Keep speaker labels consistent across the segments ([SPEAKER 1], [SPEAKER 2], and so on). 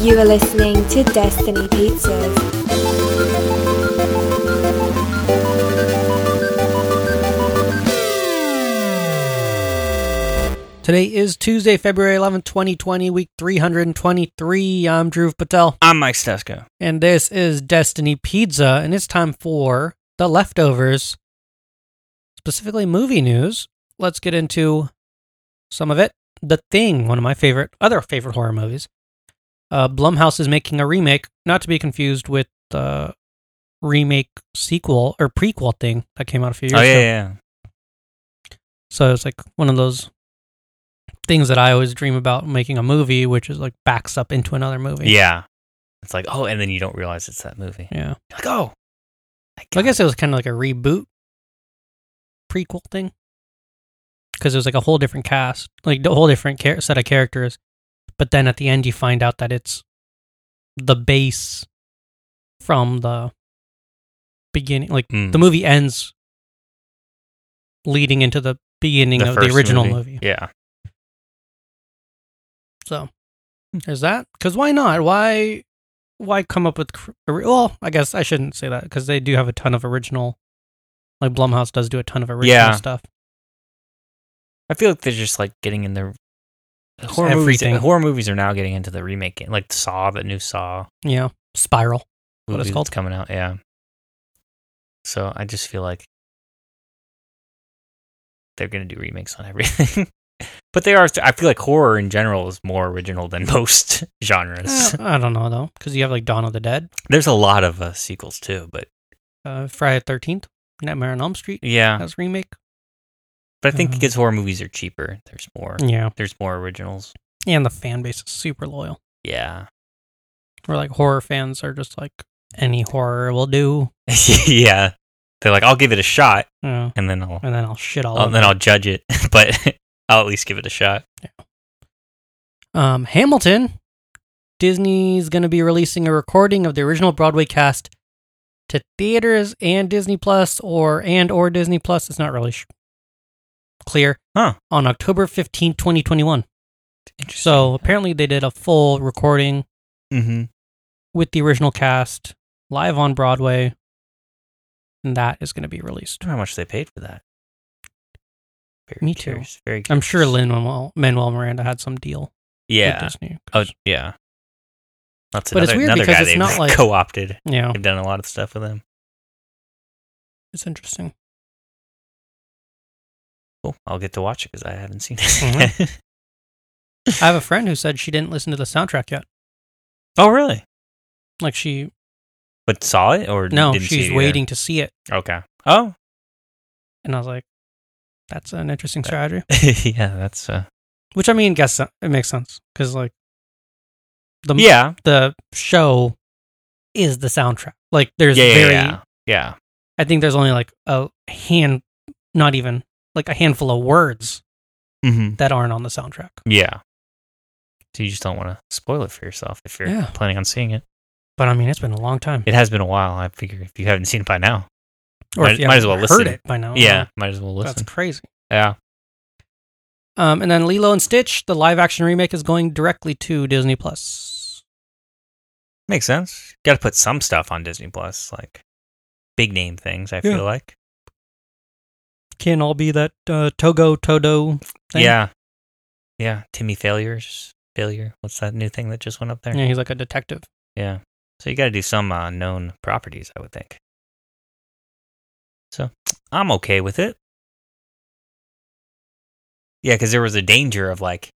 [SPEAKER 1] You are listening to Destiny Pizzas.
[SPEAKER 2] Today is Tuesday, February 11th, 2020, week 323. I'm Dhruv Patel,
[SPEAKER 3] I'm Mike Stesko.
[SPEAKER 2] and this is Destiny Pizza, and it's time for the leftovers, specifically movie news. Let's get into some of it. The Thing, one of my favorite, other favorite horror movies. Uh, Blumhouse is making a remake, not to be confused with the remake sequel or prequel thing that came out a few years
[SPEAKER 3] Oh yeah,
[SPEAKER 2] ago.
[SPEAKER 3] yeah, yeah.
[SPEAKER 2] So it's like one of those things that I always dream about making a movie, which is like backs up into another movie.
[SPEAKER 3] Yeah. It's like oh, and then you don't realize it's that movie.
[SPEAKER 2] Yeah.
[SPEAKER 3] You're like oh, I
[SPEAKER 2] So I guess it was kind of like a reboot prequel thing because it was like a whole different cast, like a whole different char- set of characters. But then at the end, you find out that it's the base from the beginning. Like
[SPEAKER 3] Mm.
[SPEAKER 2] the movie ends leading into the beginning of the
[SPEAKER 3] first
[SPEAKER 2] original movie.
[SPEAKER 3] Yeah,
[SPEAKER 2] So
[SPEAKER 3] Hmm.
[SPEAKER 2] there's that. Because why not? Why why come up with? cr- ori- Well, I guess I shouldn't say that because they do have a ton of original. Like Blumhouse does do a ton of original
[SPEAKER 3] Yeah.
[SPEAKER 2] stuff.
[SPEAKER 3] I feel like they're just like getting in their horror
[SPEAKER 2] everything.
[SPEAKER 3] movies. Horror movies are now getting into the remake, game. like Saw, the new Saw.
[SPEAKER 2] Yeah, Spiral. What
[SPEAKER 3] movie
[SPEAKER 2] it's called?
[SPEAKER 3] that's coming out? Yeah. So I just feel like they're gonna do remakes on everything. But they are. I feel like horror in general is more original than most genres.
[SPEAKER 2] Eh, I don't know though, because you have like Dawn of the Dead,
[SPEAKER 3] There's a lot of uh, sequels too, but
[SPEAKER 2] uh, Friday Thirteenth, Nightmare on Elm Street
[SPEAKER 3] yeah,
[SPEAKER 2] as remake.
[SPEAKER 3] But I think
[SPEAKER 2] Uh,
[SPEAKER 3] because horror movies are cheaper, there's more.
[SPEAKER 2] Yeah,
[SPEAKER 3] There's more originals.
[SPEAKER 2] and the fan base is super loyal.
[SPEAKER 3] Yeah.
[SPEAKER 2] Where like horror fans are just like any horror will do,
[SPEAKER 3] yeah. They're like, I'll give it a shot,
[SPEAKER 2] uh,
[SPEAKER 3] and then I'll,
[SPEAKER 2] and then I'll shit all.
[SPEAKER 3] I'll
[SPEAKER 2] over
[SPEAKER 3] Oh, then
[SPEAKER 2] it.
[SPEAKER 3] I'll judge it, but I'll at least give it a shot.
[SPEAKER 2] Um, Hamilton. Disney's going to be releasing a recording of the original Broadway cast to theaters and Disney Plus, or and or Disney Plus. It's not really sh- clear.
[SPEAKER 3] Huh.
[SPEAKER 2] On October fifteenth, twenty twenty one. So apparently they did a full recording
[SPEAKER 3] mm-hmm.
[SPEAKER 2] with the original cast live on Broadway, and that is going to be released.
[SPEAKER 3] I wonder how much they paid for that. Very
[SPEAKER 2] Me too.
[SPEAKER 3] curious, Very
[SPEAKER 2] I'm sure
[SPEAKER 3] curious.
[SPEAKER 2] Lin Manuel Manuel Miranda had some deal
[SPEAKER 3] Yeah.
[SPEAKER 2] with Disney.
[SPEAKER 3] Oh, yeah. That's
[SPEAKER 2] But it's
[SPEAKER 3] another,
[SPEAKER 2] weird
[SPEAKER 3] another
[SPEAKER 2] because
[SPEAKER 3] guy
[SPEAKER 2] it's
[SPEAKER 3] they've
[SPEAKER 2] not like- Oh.
[SPEAKER 3] co-opted.
[SPEAKER 2] yeah,
[SPEAKER 3] They've done a lot of stuff with him.
[SPEAKER 2] it's interesting.
[SPEAKER 3] Cool. I'll get to watch it because I haven't seen it.
[SPEAKER 2] Mm-hmm. I have a friend who said she didn't listen to the soundtrack yet.
[SPEAKER 3] oh, really?
[SPEAKER 2] Like she
[SPEAKER 3] But saw it or
[SPEAKER 2] No,
[SPEAKER 3] Didn't see it
[SPEAKER 2] she's
[SPEAKER 3] either?
[SPEAKER 2] waiting to see it.
[SPEAKER 3] Okay. Oh,
[SPEAKER 2] And I was like, that's an interesting strategy.
[SPEAKER 3] yeah. That's uh.
[SPEAKER 2] Which I mean, guess it makes sense because like the
[SPEAKER 3] Yeah.
[SPEAKER 2] the show is the soundtrack. Like there's
[SPEAKER 3] yeah,
[SPEAKER 2] very,
[SPEAKER 3] yeah, yeah.
[SPEAKER 2] I think there's only like a hand, not even like a handful of words
[SPEAKER 3] Yeah. Mm-hmm.
[SPEAKER 2] that aren't on the soundtrack.
[SPEAKER 3] yeah. So you just don't want to spoil it for yourself if you're
[SPEAKER 2] Yeah.
[SPEAKER 3] planning on seeing it.
[SPEAKER 2] But I mean, it's been a long time.
[SPEAKER 3] It has been a while. I figure if you haven't seen it by now,
[SPEAKER 2] Or
[SPEAKER 3] might-
[SPEAKER 2] if you
[SPEAKER 3] might as
[SPEAKER 2] haven't
[SPEAKER 3] well
[SPEAKER 2] heard
[SPEAKER 3] listen.
[SPEAKER 2] it by now.
[SPEAKER 3] Oh, yeah, might as well
[SPEAKER 2] uh, that's
[SPEAKER 3] listen.
[SPEAKER 2] crazy.
[SPEAKER 3] Yeah.
[SPEAKER 2] Um, and then Lilo and Stitch, the live action remake, is going directly to Disney Plus.
[SPEAKER 3] Makes sense. Got to put some stuff on Disney Plus, like big name things. I feel like.
[SPEAKER 2] Can all be that uh, Togo Todo Thing?
[SPEAKER 3] Yeah. Yeah. Timmy failures. Failure. What's that new thing that just went up there?
[SPEAKER 2] Yeah, he's like a detective.
[SPEAKER 3] Yeah. So you got to do some uh, known properties, I would think. So I'm okay with it. Yeah, because there was a danger of like,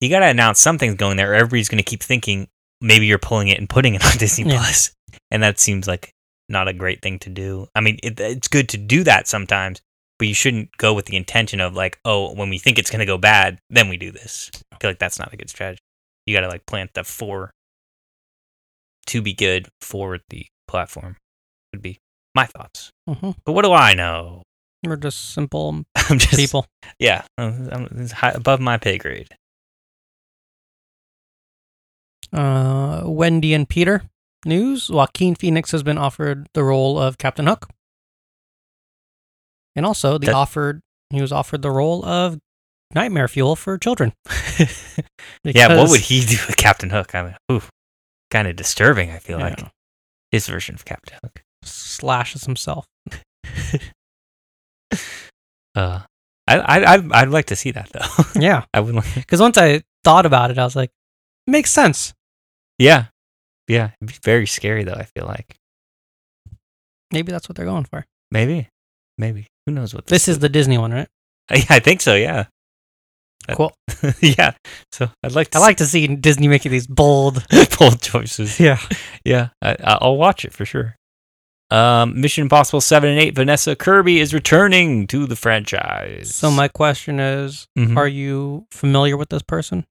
[SPEAKER 3] you got to announce something's going there, or everybody's going to keep thinking maybe you're pulling it and putting it on Disney
[SPEAKER 2] Yeah.
[SPEAKER 3] Plus, and that seems like not a great thing to do. I mean, it, it's good to do that sometimes, but you shouldn't go with the intention of like, oh, when we think it's going to go bad, then we do this. I feel like that's not a good strategy. You got to like plant the four to be good for the platform would be my thoughts.
[SPEAKER 2] hmm
[SPEAKER 3] But what do I know?
[SPEAKER 2] We're just simple
[SPEAKER 3] I'm just
[SPEAKER 2] people.
[SPEAKER 3] Yeah, I'm, I'm- it's high, above my pay grade.
[SPEAKER 2] Uh, Wendy and Peter news. Joaquin Phoenix has been offered the role of Captain Hook, and also the
[SPEAKER 3] That-
[SPEAKER 2] offered he was offered the role of Nightmare Fuel for children.
[SPEAKER 3] yeah, what
[SPEAKER 2] Because
[SPEAKER 3] would he do with Captain Hook? I mean, oof. kind of disturbing. I feel
[SPEAKER 2] you
[SPEAKER 3] like
[SPEAKER 2] know,
[SPEAKER 3] his version of Captain Hook.
[SPEAKER 2] slashes himself.
[SPEAKER 3] Uh, I, I I'd, I'd like to see that though.
[SPEAKER 2] Yeah.
[SPEAKER 3] I would. Like,
[SPEAKER 2] Because once I thought about it, I was like, makes sense.
[SPEAKER 3] yeah, yeah. It'd be very scary though. I feel like
[SPEAKER 2] Maybe that's what they're going for.
[SPEAKER 3] maybe, maybe who knows what
[SPEAKER 2] This is the Disney one, right?
[SPEAKER 3] Yeah, I think so. Yeah, That-
[SPEAKER 2] Cool.
[SPEAKER 3] yeah. So I'd like. To
[SPEAKER 2] I like to see Disney making these bold.
[SPEAKER 3] see bold choices.
[SPEAKER 2] Yeah.
[SPEAKER 3] Yeah, I, I- I'll watch it for sure. Um, Mission Impossible Seven and Eight. Vanessa Kirby is returning to the franchise.
[SPEAKER 2] So my question is,
[SPEAKER 3] Mhm.
[SPEAKER 2] are you familiar with this person?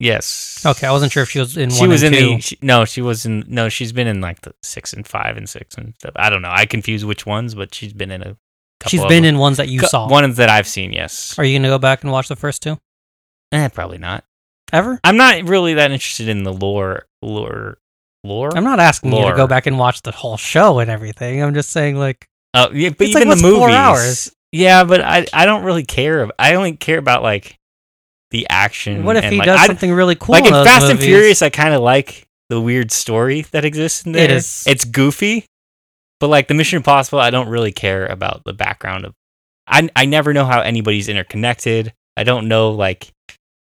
[SPEAKER 3] yes.
[SPEAKER 2] Okay, I wasn't sure if she was in
[SPEAKER 3] she
[SPEAKER 2] one
[SPEAKER 3] was
[SPEAKER 2] and
[SPEAKER 3] in
[SPEAKER 2] two.
[SPEAKER 3] the she, no she was in no she's been in like the six and five and six and stuff i don't know i confuse which ones but she's been in a couple
[SPEAKER 2] She's
[SPEAKER 3] of
[SPEAKER 2] been
[SPEAKER 3] them.
[SPEAKER 2] in ones that you
[SPEAKER 3] Cou-
[SPEAKER 2] saw.
[SPEAKER 3] ones that i've seen yes
[SPEAKER 2] Are you gonna go back and watch the first two?
[SPEAKER 3] eh, probably not
[SPEAKER 2] Ever?
[SPEAKER 3] i'm not really that interested in the lore lore lore
[SPEAKER 2] I'm not asking you to go
[SPEAKER 3] Lore.
[SPEAKER 2] back and watch the whole show and everything. I'm just saying, like,
[SPEAKER 3] Oh, yeah, but
[SPEAKER 2] It's like,
[SPEAKER 3] even
[SPEAKER 2] what's
[SPEAKER 3] the
[SPEAKER 2] four
[SPEAKER 3] movies.
[SPEAKER 2] hours?
[SPEAKER 3] Yeah, but I I don't really care. ab- I only care about like the action.
[SPEAKER 2] what if
[SPEAKER 3] and,
[SPEAKER 2] he
[SPEAKER 3] like,
[SPEAKER 2] does
[SPEAKER 3] I,
[SPEAKER 2] something really cool?
[SPEAKER 3] Like
[SPEAKER 2] in
[SPEAKER 3] in
[SPEAKER 2] those
[SPEAKER 3] Fast and
[SPEAKER 2] movies?
[SPEAKER 3] Furious, I kind of like the weird story that exists in there.
[SPEAKER 2] It is-
[SPEAKER 3] It's goofy, but like the Mission Impossible, I don't really care about the background of. I I never know how anybody's interconnected. I don't know like.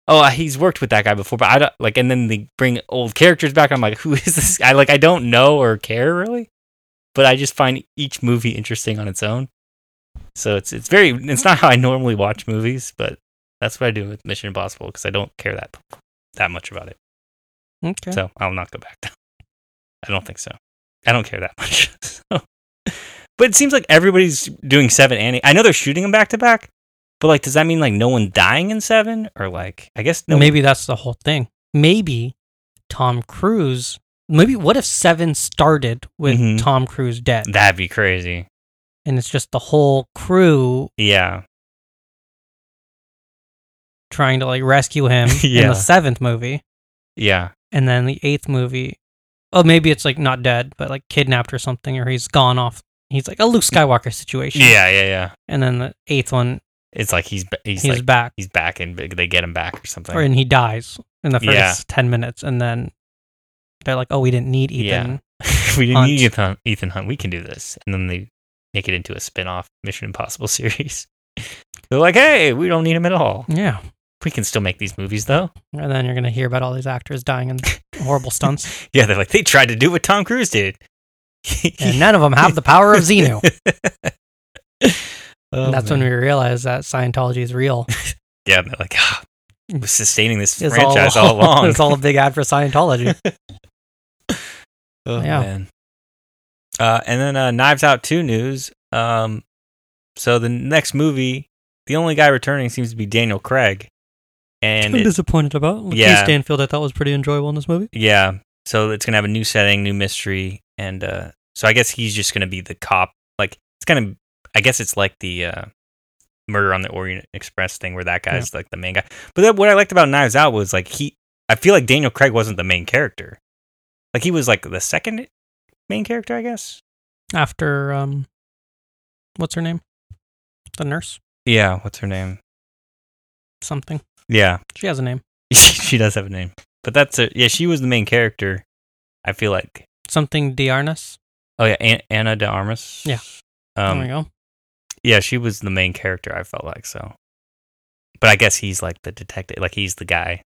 [SPEAKER 3] Oh, he's worked with that guy before, but I don't like. And then they bring old characters back. I'm like, who is this? I like, I don't know or care really, but I just find each movie interesting on its own. So it's it's very it's not how I normally watch movies, but that's what I do with Mission Impossible because I don't care that that much about it.
[SPEAKER 2] Okay.
[SPEAKER 3] So I'll not go back down. I don't think so. I don't care that much. So- But it seems like everybody's doing seven and eight. I know they're shooting them back to back, but like, does that mean like no one dying in seven or like I guess no?
[SPEAKER 2] Maybe that's the whole thing. Maybe Tom Cruise. Maybe what if Seven started with
[SPEAKER 3] Mhm.
[SPEAKER 2] Tom Cruise dead,
[SPEAKER 3] that'd be crazy.
[SPEAKER 2] and it's just the whole crew
[SPEAKER 3] Yeah,
[SPEAKER 2] trying to like rescue him in
[SPEAKER 3] Yeah.
[SPEAKER 2] the seventh movie,
[SPEAKER 3] yeah,
[SPEAKER 2] and then the eighth movie. Oh, maybe it's like not dead, but like kidnapped or something, or he's gone off. He's like a Luke Skywalker situation.
[SPEAKER 3] yeah, yeah, yeah.
[SPEAKER 2] And then the eighth one,
[SPEAKER 3] It's like he's ba- he's,
[SPEAKER 2] he's,
[SPEAKER 3] like
[SPEAKER 2] back,
[SPEAKER 3] he's back and they get him back or something.
[SPEAKER 2] or, and he dies in the first
[SPEAKER 3] Yeah.
[SPEAKER 2] ten minutes, and then they're like, "Oh, we didn't need
[SPEAKER 3] Yeah.
[SPEAKER 2] Ethan."
[SPEAKER 3] we didn't
[SPEAKER 2] Hunt.
[SPEAKER 3] need Ethan Hunt. Ethan Hunt. We can do this. And then they make it into a spin off Mission Impossible series. They're like, hey, we don't need him at all.
[SPEAKER 2] yeah.
[SPEAKER 3] We can still make these movies, though.
[SPEAKER 2] And then you're going to hear about all these actors dying in horrible stunts.
[SPEAKER 3] Yeah, they're like, they tried to do what Tom Cruise did.
[SPEAKER 2] and none of them have the power of Xenu.
[SPEAKER 3] Oh,
[SPEAKER 2] And that's
[SPEAKER 3] man.
[SPEAKER 2] when we realize that Scientology is real.
[SPEAKER 3] Yeah, they're like, ah, we're sustaining this
[SPEAKER 2] It's
[SPEAKER 3] franchise all, along.
[SPEAKER 2] it's all a big ad for Scientology.
[SPEAKER 3] Oh,
[SPEAKER 2] Yeah.
[SPEAKER 3] man. Uh, and then uh, Knives Out 2 news. Um, so the next movie, the only guy returning seems to be Daniel Craig. And it-
[SPEAKER 2] disappointed about. Lakeith
[SPEAKER 3] Yeah.
[SPEAKER 2] Stanfield, I thought was pretty enjoyable in this movie.
[SPEAKER 3] Yeah. So it's gonna have a new setting, new mystery, and uh so I guess he's just gonna be the cop. Like it's kind of I guess it's like the uh Murder on the Orient Express thing where that guy's like the main guy. But then what I liked about Knives Out was like he I feel like Daniel Craig wasn't the main character. Like he was like the second main character, I guess.
[SPEAKER 2] After, um, what's her name? The nurse?
[SPEAKER 3] Yeah, what's her name?
[SPEAKER 2] Something.
[SPEAKER 3] Yeah.
[SPEAKER 2] She has a name.
[SPEAKER 3] she does have a name. But that's a yeah, she was the main character. I feel like
[SPEAKER 2] Something Diarnas.
[SPEAKER 3] Oh yeah, An- Anna de Armas.
[SPEAKER 2] Yeah.
[SPEAKER 3] Um,
[SPEAKER 2] there we go.
[SPEAKER 3] yeah, she was the main character. I felt like so, but I guess he's like the detective. Like he's the guy,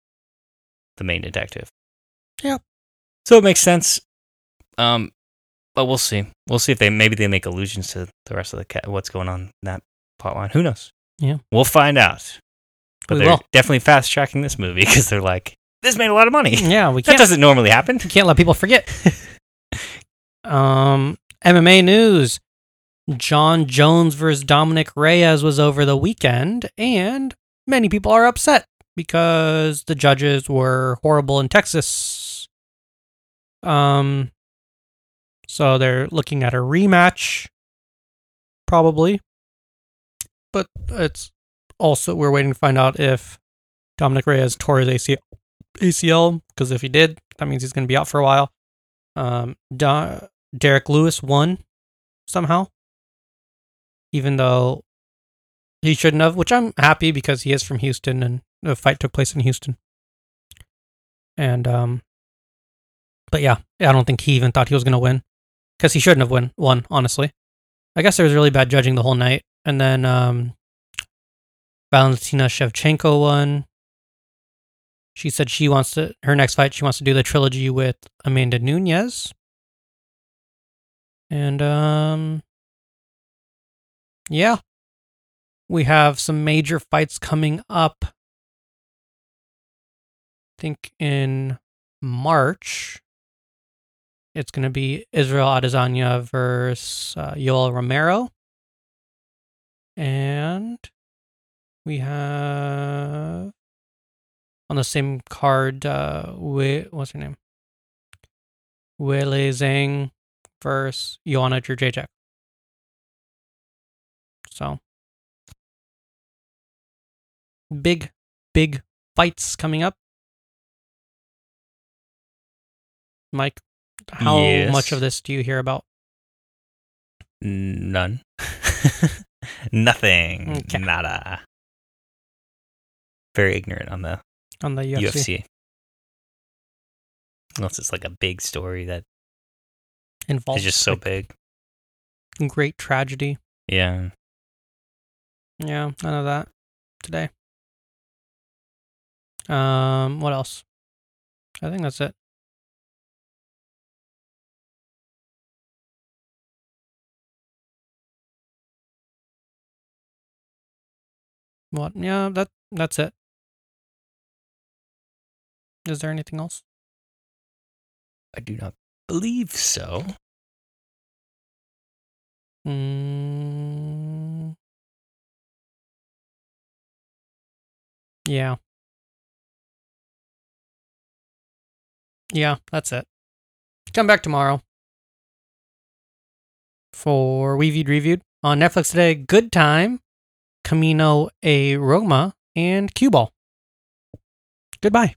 [SPEAKER 3] the main detective.
[SPEAKER 2] Yep.
[SPEAKER 3] So it makes sense. Um, but we'll see. We'll see if they maybe they make allusions to the rest of the cat. What's going on in that plot line? Who knows?
[SPEAKER 2] Yeah.
[SPEAKER 3] we'll find out. But
[SPEAKER 2] We
[SPEAKER 3] they're
[SPEAKER 2] will.
[SPEAKER 3] definitely fast tracking this movie because they're like, this made a lot of money.
[SPEAKER 2] Mm. Yeah, we
[SPEAKER 3] that
[SPEAKER 2] can't,
[SPEAKER 3] doesn't normally happen.
[SPEAKER 2] can't let people forget. um, MMA news. John Jones versus Dominic Reyes was over the weekend, and many people are upset because the judges were horrible in Texas. Um, so they're looking at a rematch, probably. But it's also we're waiting to find out if Dominic Reyes tore his ACL ACL because if he did, that means he's going to be out for a while. Um, Da- Derek Lewis won somehow, even though he shouldn't have, which I'm happy because he is from Houston and the fight took place in Houston. And um, But yeah, I don't think he even thought he was going to win because he shouldn't have win, won, honestly. I guess there was really bad judging the whole night. And then um, Valentina Shevchenko won. She said she wants to, her next fight, she wants to do the trilogy with Amanda Nunez. And um, yeah, we have some major fights coming up. I think in March, it's going to be Israel Adesanya versus uh, Yoel Romero. And we have on the same card, uh, we, what's her name? Wele Zhang versus Joanna Jurjacek. So big, big fights coming up. Mike, how
[SPEAKER 3] Yes.
[SPEAKER 2] much of this do you hear about?
[SPEAKER 3] None. Nothing.
[SPEAKER 2] Okay.
[SPEAKER 3] Nada. Very ignorant on the
[SPEAKER 2] on the UFC.
[SPEAKER 3] UFC. Unless it's like a big story that
[SPEAKER 2] Involves
[SPEAKER 3] is just so
[SPEAKER 2] like,
[SPEAKER 3] big.
[SPEAKER 2] great tragedy.
[SPEAKER 3] Yeah.
[SPEAKER 2] Yeah, none of that today. Um, what else? I think that's it. What? Yeah, that that's it. Is there anything else?
[SPEAKER 3] I do not believe so.
[SPEAKER 2] Mm. Yeah. Yeah, that's it. Come back tomorrow for We Viewed Reviewed on Netflix today. Good Time, Camino a Roma, and Cue Ball. Goodbye.